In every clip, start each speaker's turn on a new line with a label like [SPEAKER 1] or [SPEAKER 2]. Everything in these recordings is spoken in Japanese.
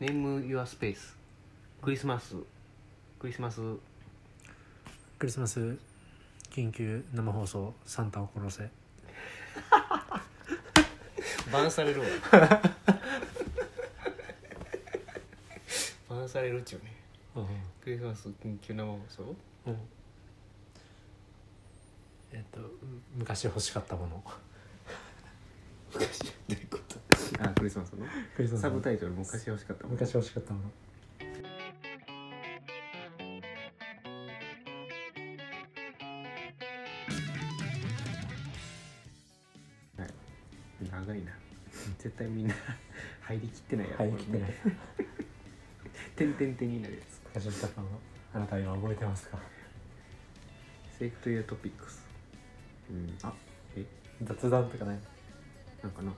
[SPEAKER 1] ネームユアスペースクリスマスクリスマス
[SPEAKER 2] クリスマス緊急生放送サンタを殺せ
[SPEAKER 1] バンされるわバンされるっちゅうね
[SPEAKER 2] うん
[SPEAKER 1] クリスマス緊急生放送
[SPEAKER 2] えっと昔欲しかったもの
[SPEAKER 1] 昔どういうことあクリスマスの
[SPEAKER 2] クリスマス
[SPEAKER 1] サブタイトル昔欲しかったもん
[SPEAKER 2] 昔欲しかったもの
[SPEAKER 1] 長いな絶対みんな入りきってないやろ
[SPEAKER 2] はい来てない
[SPEAKER 1] てんてんてんになるやつ
[SPEAKER 2] 昔欲しかったものあなた今覚えてますか
[SPEAKER 1] セーフトゥートピックスうんあえ
[SPEAKER 2] 雑談とかね
[SPEAKER 1] なんかな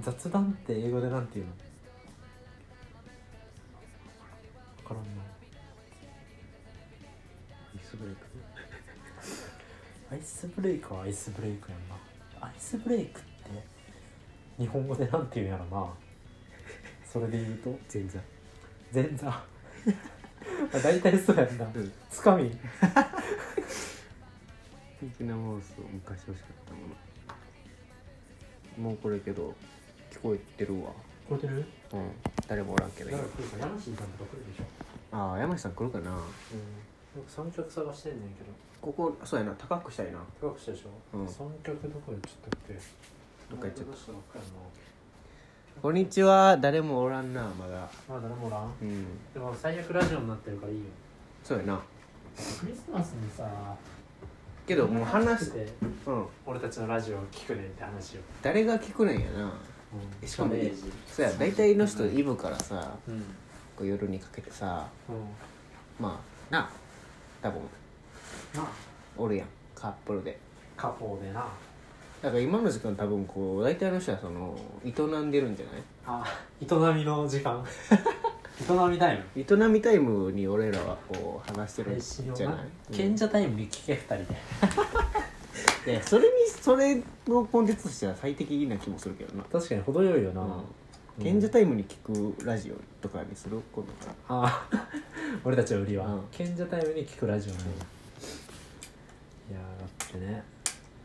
[SPEAKER 2] 雑談って英語でなんて言うの分からんな
[SPEAKER 1] イスブレイク
[SPEAKER 2] アイスブレイクはアイスブレイクやんなアイスブレイクって日本語でなんて言うんやろなそれで言うと
[SPEAKER 1] 前座
[SPEAKER 2] 前座 まあ大体そうやんな
[SPEAKER 1] うん
[SPEAKER 2] つかみ
[SPEAKER 1] 緊急生放送昔欲しかったものもうこれけど聞こえてるわ
[SPEAKER 2] こえてる
[SPEAKER 1] うん誰もおらんけど今
[SPEAKER 2] 来るか山新さんとか来るでしょ
[SPEAKER 1] ああ山下さん来るかな
[SPEAKER 2] うん僕三脚探してんねんけど
[SPEAKER 1] ここそうやな高くしたいな
[SPEAKER 2] 高くしたでしょ、
[SPEAKER 1] うん
[SPEAKER 2] 三脚どこやっちゃったっけ
[SPEAKER 1] どっか行っちゃった
[SPEAKER 2] どしたばっかや
[SPEAKER 1] こんにちは誰もおらんなまだ
[SPEAKER 2] なまあ誰もおらん
[SPEAKER 1] うん
[SPEAKER 2] でも最悪ラジオになってるからいいよ
[SPEAKER 1] そうやな
[SPEAKER 2] クリスマスにさ
[SPEAKER 1] けどもう話す
[SPEAKER 2] て
[SPEAKER 1] うん
[SPEAKER 2] 俺たちのラジオを聞くねんって話を
[SPEAKER 1] 誰が聞くねんやな
[SPEAKER 2] うん
[SPEAKER 1] しかも
[SPEAKER 2] ダメージ
[SPEAKER 1] そうや大体の人イブからさ
[SPEAKER 2] うん、うん、
[SPEAKER 1] こう夜にかけてさまあな多分
[SPEAKER 2] な
[SPEAKER 1] おるやんカップルで
[SPEAKER 2] カポーでな
[SPEAKER 1] だから今の時間多分こう大体の人はその営んでるんじゃない
[SPEAKER 2] あ営みの時 間営みタイム
[SPEAKER 1] 営みタイムに俺らはこう話してるんじゃない、うん
[SPEAKER 2] 賢者タイムに聞け二人で
[SPEAKER 1] いやそれにそれのコンテンツとしては最適な気もするけどな、
[SPEAKER 2] 確かに程よいよな、
[SPEAKER 1] うん、賢者タイムに聞くラジオとかにするこのさ
[SPEAKER 2] あ あ俺たちの売りは、
[SPEAKER 1] うん
[SPEAKER 2] 賢者タイムに聞くラジオなんやいやーだってね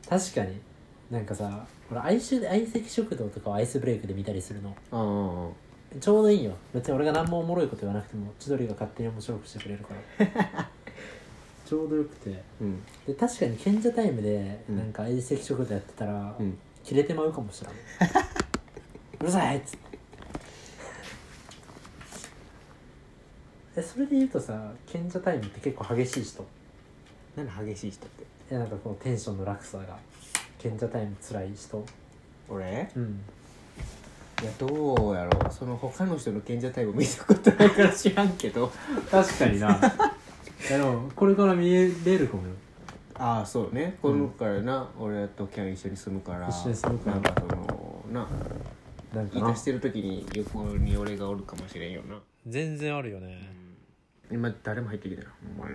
[SPEAKER 2] 確かになんかさ俺哀愁で相席食堂とかをアイスブレイクで見たりするの
[SPEAKER 1] ああ
[SPEAKER 2] ちょうどいいよ別に俺が何もおもろいこと言わなくても千鳥が勝手に面白くしてくれるから ちょうどよくて
[SPEAKER 1] うん
[SPEAKER 2] で確かに賢者タイムで
[SPEAKER 1] うん
[SPEAKER 2] なんか相席食堂やってたら、
[SPEAKER 1] うん
[SPEAKER 2] 切れてまうかも しれんうるさいっつってえそれで言うとさ賢者タイムって結構激しい人
[SPEAKER 1] 何激しい人って
[SPEAKER 2] えなんかこのテンションの落差が賢者タイム辛い人
[SPEAKER 1] 俺
[SPEAKER 2] うん
[SPEAKER 1] いやどうやろうその他の人の賢者タイム見たことないから知らんけど
[SPEAKER 2] 確かに ないやでもこれから見えれるかもよ
[SPEAKER 1] ああそうねこの子からな、俺とキャン一緒に住むから
[SPEAKER 2] 一緒に住むから
[SPEAKER 1] なんかそのな
[SPEAKER 2] なんか
[SPEAKER 1] いた
[SPEAKER 2] な
[SPEAKER 1] してる時に横に俺がおるかもしれんよな
[SPEAKER 2] 全然あるよね
[SPEAKER 1] 今誰も入ってきてないお前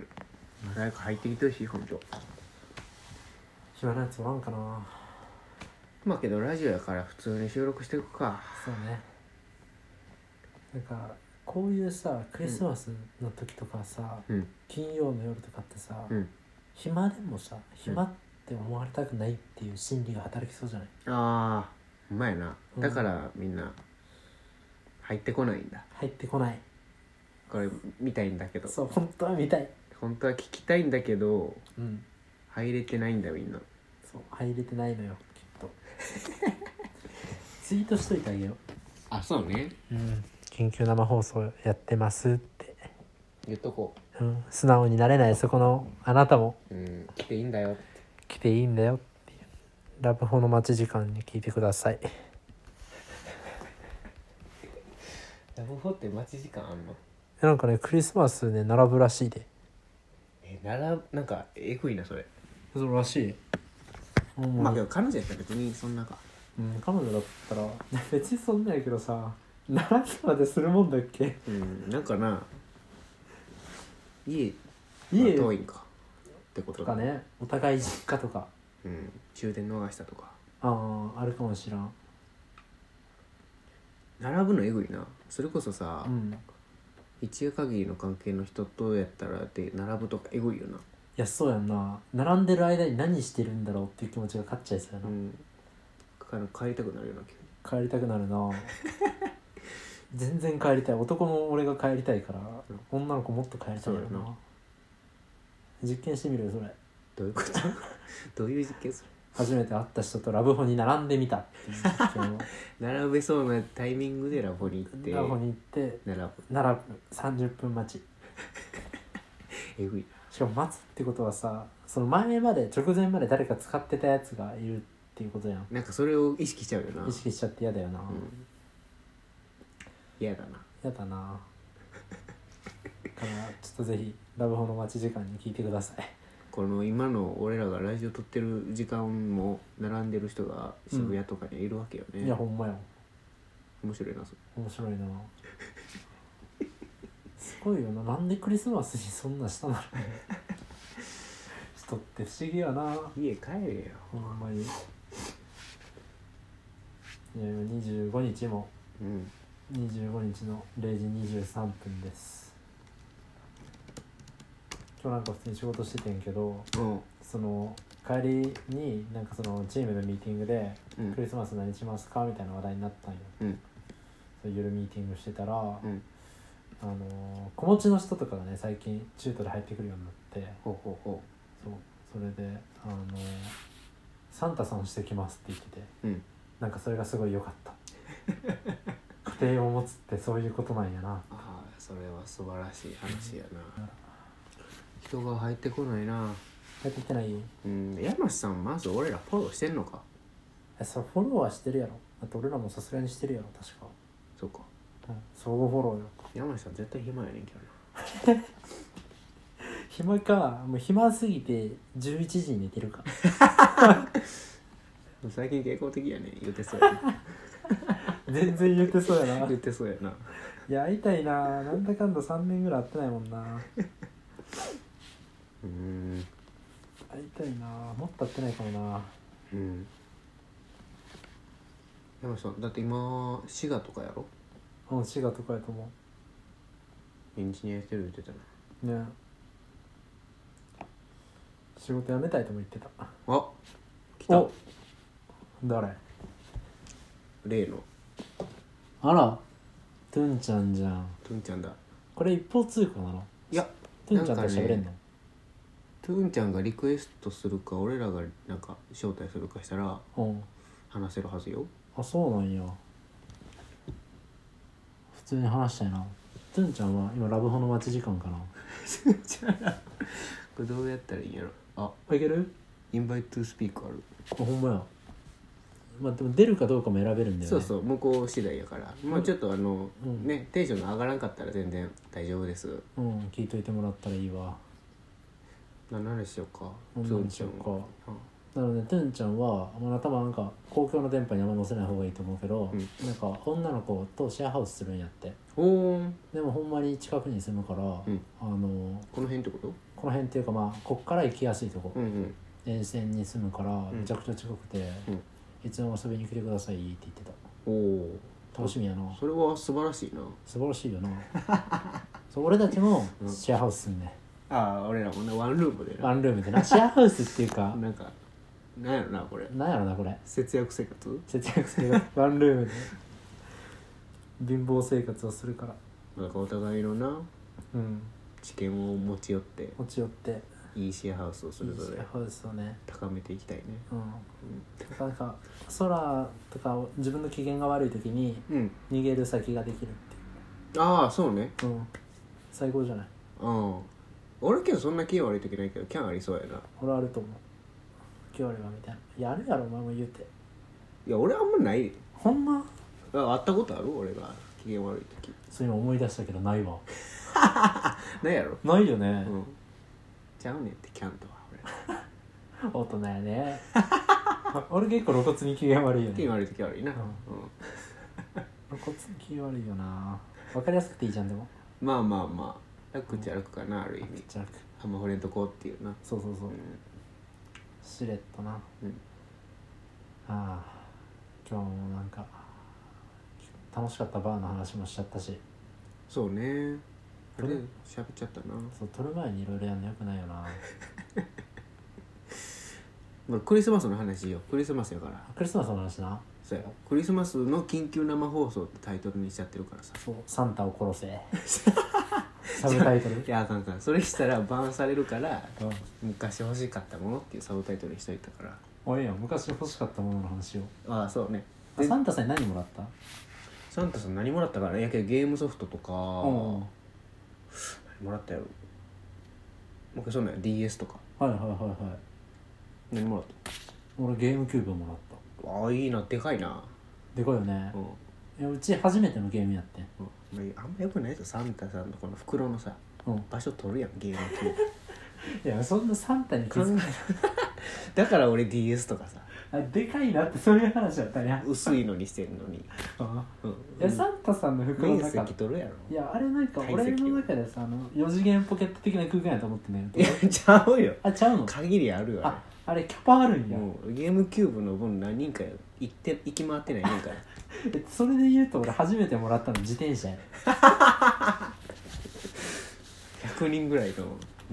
[SPEAKER 1] 誰か入ってきてほしい本当。
[SPEAKER 2] 暇なやつおらんかな
[SPEAKER 1] まあけどラジオやから普通に収録していくか
[SPEAKER 2] そうねなんかこういうさクリスマスの時とかさ、
[SPEAKER 1] うん
[SPEAKER 2] 金曜の夜とかってさ、
[SPEAKER 1] うん
[SPEAKER 2] 暇でもさ暇って思われたくないっていう心理が働きそうじゃない
[SPEAKER 1] ああうまいな
[SPEAKER 2] うん
[SPEAKER 1] だからみんな入ってこないんだ
[SPEAKER 2] 入ってこない
[SPEAKER 1] これ見たいんだけど
[SPEAKER 2] そう本当は見たい
[SPEAKER 1] 本当は聞きたいんだけど
[SPEAKER 2] うん
[SPEAKER 1] 入れてないんだみんな
[SPEAKER 2] そう入れてないのよきっとツイートしといてあげよ
[SPEAKER 1] あそうね
[SPEAKER 2] ううん緊急生放送やってますって、
[SPEAKER 1] 言っとこ
[SPEAKER 2] うん、素直になれないそこのあなたも
[SPEAKER 1] ううん来ていいんだよ
[SPEAKER 2] 来ていいんだよっていうラブホの待ち時間に聞いてください
[SPEAKER 1] ラブホって待ち時間あんの
[SPEAKER 2] なんかねクリスマスね並ぶらしいで
[SPEAKER 1] えならなんかえぐいなそれ
[SPEAKER 2] そうらしい、うん
[SPEAKER 1] まあけど彼女やったら別にそんなか
[SPEAKER 2] うん、彼女だったら別にそんなんやけどさ並びまでするもんだっけ
[SPEAKER 1] うんなんかな家
[SPEAKER 2] 家
[SPEAKER 1] が遠いんかってこと
[SPEAKER 2] とかねお互い実家とか
[SPEAKER 1] うん終電逃したとか
[SPEAKER 2] あああるかもしらん
[SPEAKER 1] 並ぶのえぐいなそれこそさ、
[SPEAKER 2] うんい
[SPEAKER 1] 一夜限りの関係の人とやったらで並ぶとかえぐいよな
[SPEAKER 2] やそうやんな並んでる間に何してるんだろうっていう気持ちが勝っちゃいそうや
[SPEAKER 1] う
[SPEAKER 2] な、
[SPEAKER 1] んだから帰りたくなるような気
[SPEAKER 2] 帰りたくなるな全然帰りたい男の俺が帰りたいから
[SPEAKER 1] うん
[SPEAKER 2] 女の子もっと帰りたいよ
[SPEAKER 1] そう
[SPEAKER 2] な
[SPEAKER 1] やな
[SPEAKER 2] 実験してみるよそれ
[SPEAKER 1] どういうこと どういう実験する
[SPEAKER 2] 初めて会った人とラブホに並んでみたっていう実験を
[SPEAKER 1] 並べそうなタイミング でラボに行って
[SPEAKER 2] ラブホに行って
[SPEAKER 1] 並ぶ
[SPEAKER 2] 並ぶ30分待ち
[SPEAKER 1] えぐい
[SPEAKER 2] しかも待つってことはさその前まで直前まで誰か使ってたやつがいるっていうことやん
[SPEAKER 1] ななんかそれを意識しちゃうよな
[SPEAKER 2] 意識しちゃって嫌だよな、
[SPEAKER 1] うん嫌だな
[SPEAKER 2] やだなだからちょっとぜひラブホの待ち時間に聞いてください
[SPEAKER 1] この今の俺らがラジオ撮ってる時間も並んでる人が渋谷とかにいるわけよね、
[SPEAKER 2] いやほんまよ
[SPEAKER 1] 面白いなそれ
[SPEAKER 2] 面白いなすごいよななんでクリスマスにそんなしたなの人って不思議やな
[SPEAKER 1] 家帰れよ
[SPEAKER 2] ほんまにいや25日も
[SPEAKER 1] うん
[SPEAKER 2] 25日の0時23分です今日なんか普通に仕事しててんけど
[SPEAKER 1] うん
[SPEAKER 2] その帰りになんかそのチームのミーティングで
[SPEAKER 1] う
[SPEAKER 2] クリ
[SPEAKER 1] ん
[SPEAKER 2] スマス何しますかみたいな話題になったんよ
[SPEAKER 1] うん
[SPEAKER 2] そういう夜ミーティングしてたら、
[SPEAKER 1] うん
[SPEAKER 2] あのー子持ちの人とかがね最近中途で入ってくるようになって
[SPEAKER 1] ほうほうほ
[SPEAKER 2] そうそれで、あのーサンタさんしてきます」って言ってて
[SPEAKER 1] ううん
[SPEAKER 2] なんかそれがすごい良かった 家庭を持つってそういうことなんやな
[SPEAKER 1] ああそれは素晴らしい話やな人が入ってこないな
[SPEAKER 2] 入ってきてない
[SPEAKER 1] うん山瀬さんまず俺らフォローしてんのか
[SPEAKER 2] えそれフォローはしてるやろだって俺らもさすがにしてるやろ確か、
[SPEAKER 1] そうか
[SPEAKER 2] うん、相互フォローよ
[SPEAKER 1] 山瀬さん絶対暇やねんけどな
[SPEAKER 2] 暇かもう暇すぎて11時に寝てる か
[SPEAKER 1] 最近傾向的やね言ってそうやな
[SPEAKER 2] 全然言ってそうやな
[SPEAKER 1] 言ってそうやない
[SPEAKER 2] や会いたいななんだかんだ3年ぐらい会ってないもんな
[SPEAKER 1] うん
[SPEAKER 2] 会いたいなもっと会ってないかもな
[SPEAKER 1] うん山瀬さんだって今滋賀とかやろ
[SPEAKER 2] うん滋賀とかやと思
[SPEAKER 1] エンジニアしてる言ってたな
[SPEAKER 2] うね仕事辞めたいとも言ってた
[SPEAKER 1] あ来た
[SPEAKER 2] お誰
[SPEAKER 1] 例の
[SPEAKER 2] あらトゥンちゃんじゃん
[SPEAKER 1] トゥンちゃんだ
[SPEAKER 2] これ一方通行なの
[SPEAKER 1] いや
[SPEAKER 2] トゥンちゃんと喋れんの
[SPEAKER 1] トゥンちゃんがリクエストするか俺らがなんか招待するかしたら
[SPEAKER 2] うん
[SPEAKER 1] 話せるはずよ
[SPEAKER 2] あそうなんや普通に話したいなトゥンちゃんは今ラブホの待ち時間かな
[SPEAKER 1] じゃあこれどうやったらいいんやろあ
[SPEAKER 2] あいける
[SPEAKER 1] インバイトゥスピークある、
[SPEAKER 2] あほんまやまあでも出るかどうかも選べるんだよね
[SPEAKER 1] そうそう向こう次第やからまあちょっとあの、
[SPEAKER 2] うん
[SPEAKER 1] ねテンションが上がらんかったら全然大丈夫です
[SPEAKER 2] うん聞いといてもらったらいいわ
[SPEAKER 1] 何の話しようか
[SPEAKER 2] 何の話しようか
[SPEAKER 1] ズームちゃん
[SPEAKER 2] なのでてんちゃんは、まあ、頭なんか公共の電波にあんま載せない方がいいと思うけど、
[SPEAKER 1] うん
[SPEAKER 2] なんか女の子とシェアハウスするんやって
[SPEAKER 1] うんおーん
[SPEAKER 2] でもほんまに近くに住むから、
[SPEAKER 1] ん
[SPEAKER 2] あの
[SPEAKER 1] この辺ってこと
[SPEAKER 2] この辺っていうかまあこっから行きやすいとこ、
[SPEAKER 1] うんうん
[SPEAKER 2] 沿線に住むから
[SPEAKER 1] ん
[SPEAKER 2] めちゃくちゃ近くて、
[SPEAKER 1] うん
[SPEAKER 2] いつでも遊びに来てくださいって言ってた
[SPEAKER 1] おお
[SPEAKER 2] 楽しみやな
[SPEAKER 1] それは素晴らしいな
[SPEAKER 2] 素晴らしいよなそう俺たちもシェアハウスすんね、
[SPEAKER 1] ああ俺らもねワンルームで
[SPEAKER 2] ワンルームでなシェアハウスっていう か
[SPEAKER 1] なんかなんやろなこれ
[SPEAKER 2] なんやろなこれ
[SPEAKER 1] 節約生活
[SPEAKER 2] 節約生 活ワンルームで貧乏生活をするから
[SPEAKER 1] なんかお互いのな
[SPEAKER 2] うん
[SPEAKER 1] 知見を持ち寄って
[SPEAKER 2] 持ち寄って
[SPEAKER 1] いいシェアハウスをそ
[SPEAKER 2] シ
[SPEAKER 1] れぞれ
[SPEAKER 2] ェアハウスをね
[SPEAKER 1] 高めていきたいね
[SPEAKER 2] うんなんか空とか自分の機嫌が悪い時に
[SPEAKER 1] うん、うん、
[SPEAKER 2] 逃げる先ができるって
[SPEAKER 1] ああそうね
[SPEAKER 2] いううん最高じゃない
[SPEAKER 1] うん俺けどそんな気悪い時ないけどキャンありそうやな
[SPEAKER 2] 俺あると思う今日あればみたいなやるやろお前も言うて
[SPEAKER 1] いや俺あんまない
[SPEAKER 2] ほんま
[SPEAKER 1] あ会ったことある俺が機嫌悪い時
[SPEAKER 2] そう今思い出したけどないわ
[SPEAKER 1] ないやろ
[SPEAKER 2] ないよね
[SPEAKER 1] うんちゃうねんってキャンとは俺
[SPEAKER 2] 大人やね 俺結構露骨に機嫌悪いよね
[SPEAKER 1] 気悪い時悪いな、うん
[SPEAKER 2] ん露骨に機嫌悪いよなわかりやすくていいじゃんでも
[SPEAKER 1] まあまあまあ楽っちゃ楽かなある意味
[SPEAKER 2] じゃなく
[SPEAKER 1] あんま触れんとこうっていうな
[SPEAKER 2] そうそうそう
[SPEAKER 1] う
[SPEAKER 2] しれっとな、
[SPEAKER 1] うん
[SPEAKER 2] ああ今日もなんか楽しかったバーの話もしちゃったし
[SPEAKER 1] そうねあれ
[SPEAKER 2] どれ
[SPEAKER 1] 喋っちゃったな、
[SPEAKER 2] そう撮る前にいろいろやんのよくないよな
[SPEAKER 1] まあ、クリスマスの話よクリスマスやから
[SPEAKER 2] クリスマスの話な
[SPEAKER 1] そうやクリスマスの緊急生放送ってタイトルにしちゃってるからさ
[SPEAKER 2] そうサンタを殺せ サブタイトル
[SPEAKER 1] いやあかんあかんそれしたらバンされるから
[SPEAKER 2] うん
[SPEAKER 1] 昔欲しかったものっていうサブタイトルにしといたから
[SPEAKER 2] おいやん昔欲しかったものの話を
[SPEAKER 1] ああそうね
[SPEAKER 2] あ
[SPEAKER 1] で
[SPEAKER 2] サンタさんに何もらった
[SPEAKER 1] サンタさん何もらったからねやけどゲームソフトとか、
[SPEAKER 2] うんは
[SPEAKER 1] 何もらったやろ僕そうなんや DS とか
[SPEAKER 2] いはいはいはい
[SPEAKER 1] 何もらった
[SPEAKER 2] 俺ゲームキューブもらった
[SPEAKER 1] ああいいなでかいな
[SPEAKER 2] でかいよね
[SPEAKER 1] うん、
[SPEAKER 2] いやうち初めてのゲームやってん
[SPEAKER 1] うんまあ、あんまよくないぞサンタさんのこの袋のさ
[SPEAKER 2] うん
[SPEAKER 1] 場所取るやんゲーム機
[SPEAKER 2] いやそんなサンタに 気
[SPEAKER 1] 考
[SPEAKER 2] づか
[SPEAKER 1] え だから俺 DS とかさ
[SPEAKER 2] あでかいなってそういう話だったね
[SPEAKER 1] 薄いのにしてんのに、
[SPEAKER 2] うん
[SPEAKER 1] うん、
[SPEAKER 2] いやサンタさんの服の
[SPEAKER 1] 面
[SPEAKER 2] 中
[SPEAKER 1] 積取るやろ
[SPEAKER 2] いやあれなんか
[SPEAKER 1] 体
[SPEAKER 2] 俺
[SPEAKER 1] 積
[SPEAKER 2] の
[SPEAKER 1] を
[SPEAKER 2] 中でさあの4次元ポケット的な空間やと思ってね
[SPEAKER 1] いやちゃうよ
[SPEAKER 2] あちゃうの
[SPEAKER 1] 限りあるよあれ
[SPEAKER 2] ああれキャパあるんや
[SPEAKER 1] もうゲームキューブの分何人か行って行き回ってないねん から
[SPEAKER 2] えそれで言うと俺初めてもらったの自転車や
[SPEAKER 1] 100人ぐらいの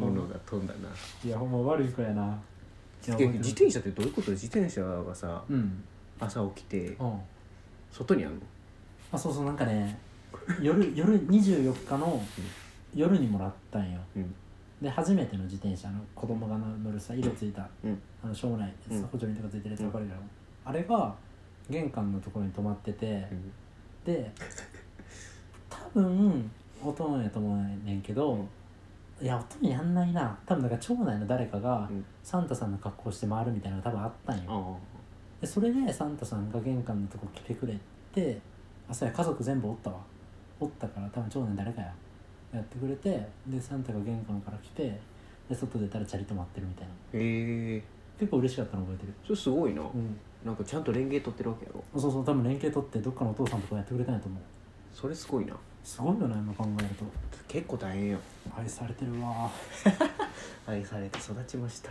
[SPEAKER 1] ものが飛んだな、
[SPEAKER 2] いやほんま悪い子やな
[SPEAKER 1] え自転車ってどういうこと自転車がさ
[SPEAKER 2] うん
[SPEAKER 1] 朝起きて
[SPEAKER 2] うん
[SPEAKER 1] 外にあんの
[SPEAKER 2] あそうそうなんかね夜夜24日の夜にもらったんよ
[SPEAKER 1] うん
[SPEAKER 2] で初めての自転車の子供が乗るさ色ついた、
[SPEAKER 1] うん
[SPEAKER 2] あのしょうもないやつ
[SPEAKER 1] うん
[SPEAKER 2] 補助輪とかついてるやつ
[SPEAKER 1] うん
[SPEAKER 2] 分かるけど、あれが玄関のところに止まってて、
[SPEAKER 1] うん
[SPEAKER 2] で多分おとんやと思うねんけど、いやおとんやんないな多分だから町内の誰かが
[SPEAKER 1] うん
[SPEAKER 2] サンタさんの格好して回るみたいなのが多分あったんよ、
[SPEAKER 1] あ
[SPEAKER 2] でそれでサンタさんが玄関のとこ来てくれてあそうや家族全部おったわおったから多分長男誰かややってくれてでサンタが玄関から来てで外出たらチャリ止まってるみたいな
[SPEAKER 1] へえ
[SPEAKER 2] 結構嬉しかったの覚えてる
[SPEAKER 1] それすごいな、
[SPEAKER 2] うん
[SPEAKER 1] なんかちゃんと連携取ってるわけやろ
[SPEAKER 2] そうそう多分連携取ってどっかのお父さんとかやってくれたんやと思う
[SPEAKER 1] それすごいな
[SPEAKER 2] すごいよな今考えると
[SPEAKER 1] 結構大変よ
[SPEAKER 2] 愛されてるわ
[SPEAKER 1] 愛されて育ちました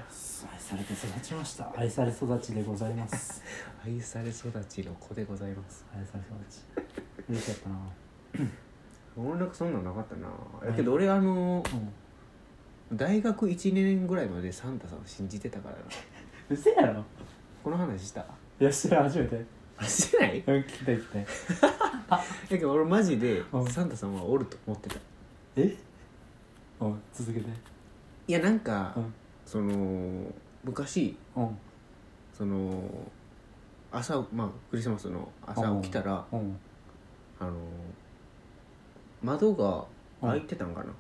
[SPEAKER 2] 愛されて育ちました愛され育ちでございます
[SPEAKER 1] 愛され育ちの子でございます
[SPEAKER 2] 愛され育ち嬉しかったな
[SPEAKER 1] 俺なんかそんなのなかったなだけど俺あの
[SPEAKER 2] うん
[SPEAKER 1] 大学1年ぐらいまでサンタさんを信じてたからな
[SPEAKER 2] うせやろ
[SPEAKER 1] この話した
[SPEAKER 2] いや知らん初めて
[SPEAKER 1] あしてない
[SPEAKER 2] うん聞きたい聞きたい
[SPEAKER 1] だけど俺マジで
[SPEAKER 2] うん
[SPEAKER 1] サンタさんはおると思ってた
[SPEAKER 2] えおい続けて
[SPEAKER 1] いやなんか、
[SPEAKER 2] うん
[SPEAKER 1] その昔
[SPEAKER 2] うん
[SPEAKER 1] その朝まあクリスマスの朝起きたら、
[SPEAKER 2] うん
[SPEAKER 1] あの窓が開いてたんかな、
[SPEAKER 2] うん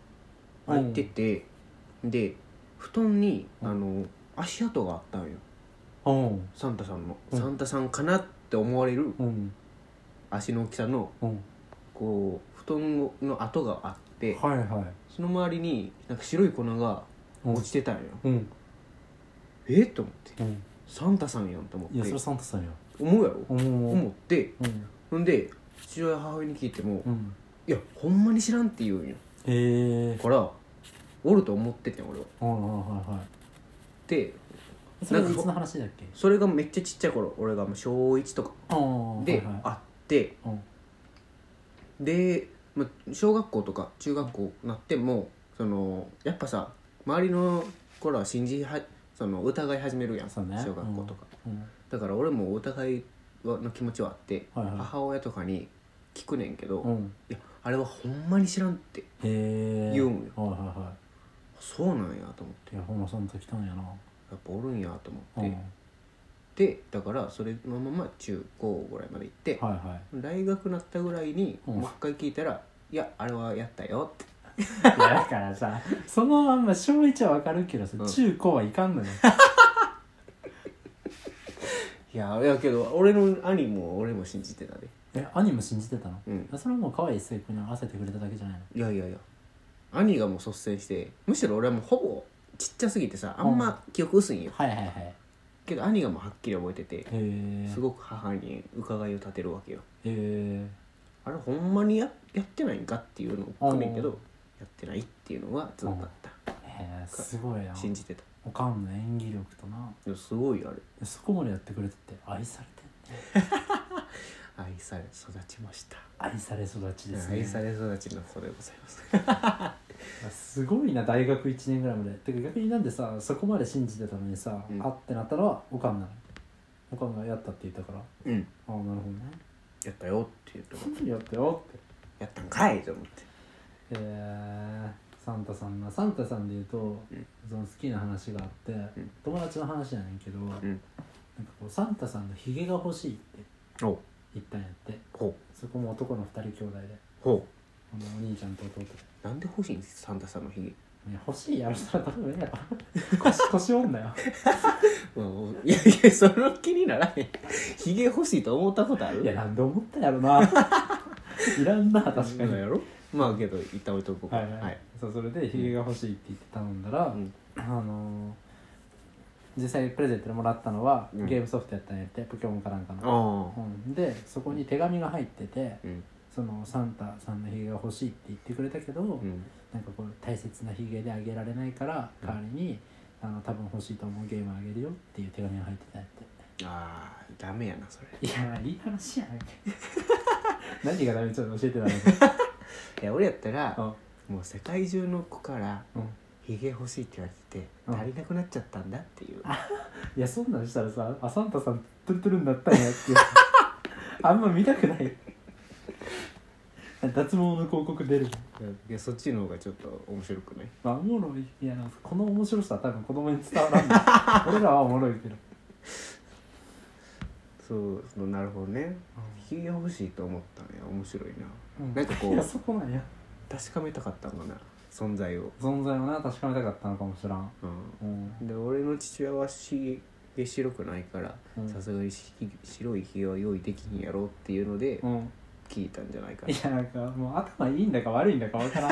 [SPEAKER 1] 開いててで布団に、
[SPEAKER 2] うん
[SPEAKER 1] あの足跡があったんよ
[SPEAKER 2] うん
[SPEAKER 1] サンタさんの、
[SPEAKER 2] うん
[SPEAKER 1] サンタさんかなって思われる
[SPEAKER 2] うん
[SPEAKER 1] 足の大きさの
[SPEAKER 2] うん
[SPEAKER 1] こう布団の跡があって
[SPEAKER 2] はいはい
[SPEAKER 1] その周りになんか白い粉が
[SPEAKER 2] うん
[SPEAKER 1] 落ちてたんよ、
[SPEAKER 2] うん
[SPEAKER 1] えっと思って
[SPEAKER 2] うん
[SPEAKER 1] サンタさんやんと思
[SPEAKER 2] いや
[SPEAKER 1] っ
[SPEAKER 2] そ
[SPEAKER 1] て
[SPEAKER 2] れサンタさんよ
[SPEAKER 1] 思うやろ、
[SPEAKER 2] うんうん
[SPEAKER 1] 思って
[SPEAKER 2] うん
[SPEAKER 1] ほんで父親母親に聞いても
[SPEAKER 2] うん
[SPEAKER 1] 「いやほんまに知らん」って言うんよ
[SPEAKER 2] へえ
[SPEAKER 1] だからおると思っててん俺は
[SPEAKER 2] うんうんはいは
[SPEAKER 1] で
[SPEAKER 2] いそれはいつの話だっけ
[SPEAKER 1] それがめっちゃちっちゃい頃俺がもう小1とか
[SPEAKER 2] うん
[SPEAKER 1] で
[SPEAKER 2] はいは
[SPEAKER 1] あって
[SPEAKER 2] いうん
[SPEAKER 1] で、まあ、小学校とか中学校になってもそのやっぱさ周りの子らは信じはその疑い始めるやん、
[SPEAKER 2] そうね
[SPEAKER 1] 小学校とか、
[SPEAKER 2] うん
[SPEAKER 1] だから俺もお互いの気持ちはあって、
[SPEAKER 2] はいはい
[SPEAKER 1] 母親とかに聞くねんけど、
[SPEAKER 2] う
[SPEAKER 1] い
[SPEAKER 2] ん
[SPEAKER 1] やあれはほんまに知らんって
[SPEAKER 2] へえ
[SPEAKER 1] 言うんよ
[SPEAKER 2] はいはいは
[SPEAKER 1] そうなんやと思って
[SPEAKER 2] いいやほんまサンタ来たんや
[SPEAKER 1] や
[SPEAKER 2] な
[SPEAKER 1] っぱおるんやと思
[SPEAKER 2] う
[SPEAKER 1] って、
[SPEAKER 2] んはい
[SPEAKER 1] でだからそれのまま中高ぐらいまで行って、
[SPEAKER 2] はい
[SPEAKER 1] 大学なったぐらいに
[SPEAKER 2] うん
[SPEAKER 1] もう一回聞いたら「いやあれはやったよ」って
[SPEAKER 2] いやだからさそのまんま小1はわかるけどさ
[SPEAKER 1] うん
[SPEAKER 2] 中高はいかんのよ
[SPEAKER 1] いやいやけど俺の兄も俺も信じてたで
[SPEAKER 2] え兄も信じてたの
[SPEAKER 1] うん
[SPEAKER 2] それはもう可愛い聖子に合わせてくれただけじゃないの
[SPEAKER 1] いやいやいや兄がもう率先してむしろ俺はもうほぼちっちゃすぎてさあんま記憶薄いんよ
[SPEAKER 2] はいはいはい
[SPEAKER 1] けど兄がもうはっきり覚えてて
[SPEAKER 2] へえ
[SPEAKER 1] すごく母に伺いを立てるわけよ
[SPEAKER 2] へえ
[SPEAKER 1] あれほんまにややってないんかっていうのを含めんけ
[SPEAKER 2] う
[SPEAKER 1] どやってないっていうのはずっとあった
[SPEAKER 2] へえすごいな
[SPEAKER 1] 信じてた
[SPEAKER 2] おかんの演技力とな
[SPEAKER 1] でもすごいあれ
[SPEAKER 2] そこまでやってくれたって愛されてんね
[SPEAKER 1] 愛され育ちました
[SPEAKER 2] 愛され育ちですね
[SPEAKER 1] 愛され育ちの子でござい ます
[SPEAKER 2] すごいな大学1年ぐらいまでてか逆になんでさそこまで信じてたのにさ、
[SPEAKER 1] うん
[SPEAKER 2] あってなったのはおかんなのおかんがやったって言ったからあ
[SPEAKER 1] うん
[SPEAKER 2] あなるほどね
[SPEAKER 1] やったよって言うと
[SPEAKER 2] やったよって
[SPEAKER 1] やったんかいと思って
[SPEAKER 2] えー、サンタさんがサンタさんで言うと、
[SPEAKER 1] ん
[SPEAKER 2] その好きな話があって、
[SPEAKER 1] ん
[SPEAKER 2] 友達の話やねんけど、なんか
[SPEAKER 1] ん
[SPEAKER 2] こうサンタさんのヒゲが欲しいって
[SPEAKER 1] おう
[SPEAKER 2] 言ったんやって
[SPEAKER 1] ほ
[SPEAKER 2] そこも男の2人兄弟で
[SPEAKER 1] うほ
[SPEAKER 2] あのお兄ちゃんと弟で
[SPEAKER 1] うなんで欲しいんですサンタさんのひげ
[SPEAKER 2] いや欲しいやろそら食べねえ よ腰腰折んなよ
[SPEAKER 1] うんいやいやその気にならへんひげ欲しいと思ったことある
[SPEAKER 2] いやなんで思ったや ろないらんな確かに
[SPEAKER 1] うんやろまあけど一旦置いとこうか
[SPEAKER 2] はいはい、そうそれでヒゲが欲しいって言って頼んだら、
[SPEAKER 1] うん
[SPEAKER 2] あのー実際プレゼントでもらったのは、
[SPEAKER 1] うん
[SPEAKER 2] ゲームソフトやったんやってポケモンかなんかの、
[SPEAKER 1] ああ
[SPEAKER 2] うんでそこに手紙が入ってて
[SPEAKER 1] うん
[SPEAKER 2] そのサンタさんのヒゲが欲しいって言ってくれたけど、
[SPEAKER 1] うん
[SPEAKER 2] なんかこう大切なヒゲであげられないから代わりに、あの多分欲しいと思うゲームあげるよっていう手紙が入ってたんやって
[SPEAKER 1] ああダメやなそれ
[SPEAKER 2] いやいい話やん 何がダメちょっと教えてたの
[SPEAKER 1] いや俺やったら
[SPEAKER 2] あ
[SPEAKER 1] もう世界中の子から
[SPEAKER 2] うん
[SPEAKER 1] ヒゲ欲しいって言われてて
[SPEAKER 2] うん
[SPEAKER 1] 足りなくなっちゃったんだっていう
[SPEAKER 2] いやそんなんしたらさ「あサンタさんトゥルトゥルになったんや」って あんま見たく ない脱毛の広告出る
[SPEAKER 1] いやそっちの方がちょっと面白くない
[SPEAKER 2] まあおもろいいやなんかこの面白さは多分子供に伝わ らんの俺らはおもろいけど、
[SPEAKER 1] そうそのなるほどねヒゲ欲しいと思ったのや面白いな
[SPEAKER 2] うん
[SPEAKER 1] なんかこう
[SPEAKER 2] いやそこなんや
[SPEAKER 1] 確かめたかったのかな存在を、
[SPEAKER 2] 存在をな確かめたかったのかもしらん、
[SPEAKER 1] う
[SPEAKER 2] うん、
[SPEAKER 1] ん、で俺の父親はひげ白くないから
[SPEAKER 2] うん
[SPEAKER 1] さすがにひ白いひげは用意できひんやろっていうので
[SPEAKER 2] うん
[SPEAKER 1] 聞いたんじゃないか
[SPEAKER 2] い
[SPEAKER 1] な
[SPEAKER 2] やなんかもう頭いいんだか悪いんだかわから ん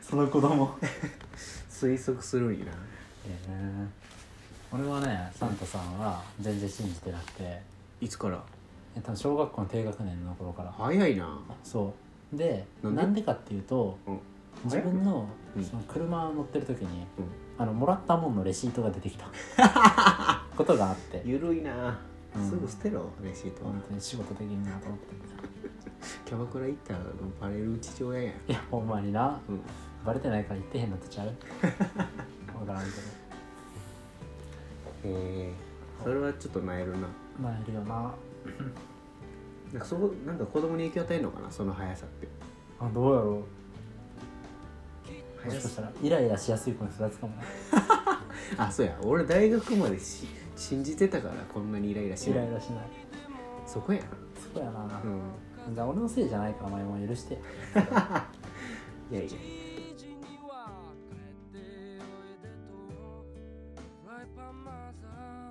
[SPEAKER 2] その子供
[SPEAKER 1] 推測するんやな
[SPEAKER 2] 俺はねサンタさんは全然信じてなくて
[SPEAKER 1] いつから
[SPEAKER 2] え多分小学校の低学年の頃から
[SPEAKER 1] 早いな
[SPEAKER 2] そうで
[SPEAKER 1] な
[SPEAKER 2] なんん
[SPEAKER 1] で
[SPEAKER 2] でかっていうと、
[SPEAKER 1] うん
[SPEAKER 2] 自分の
[SPEAKER 1] うん
[SPEAKER 2] その車を乗ってる時に、
[SPEAKER 1] うん
[SPEAKER 2] あのもらったもんのレシートが出てき たことがあって
[SPEAKER 1] ゆるいな、
[SPEAKER 2] うん
[SPEAKER 1] すぐ捨てろレシートは
[SPEAKER 2] 本当に仕事的になと思って
[SPEAKER 1] キャバクラ行ったらバレる父親やん
[SPEAKER 2] いやほんまにな
[SPEAKER 1] うん
[SPEAKER 2] バレてないから言ってへんのと ちゃう分からんけど
[SPEAKER 1] へえそれはちょっとなえるな
[SPEAKER 2] まあいるよな
[SPEAKER 1] なんかそこなんか子供に影響与えるのかなその速さって
[SPEAKER 2] あどうやろうも
[SPEAKER 1] 速
[SPEAKER 2] しか
[SPEAKER 1] さ
[SPEAKER 2] したらイライラしやすい子に育つかもな
[SPEAKER 1] あそうや俺大学までし信じてたからこんなにイライラし
[SPEAKER 2] イ
[SPEAKER 1] な
[SPEAKER 2] ラ
[SPEAKER 1] い
[SPEAKER 2] イラしない
[SPEAKER 1] そこや
[SPEAKER 2] そうやな
[SPEAKER 1] な、うん
[SPEAKER 2] じゃあ俺のせいじゃないから前も許して
[SPEAKER 1] いや
[SPEAKER 3] に
[SPEAKER 1] いや
[SPEAKER 3] は帰っておいでとフライパンマザー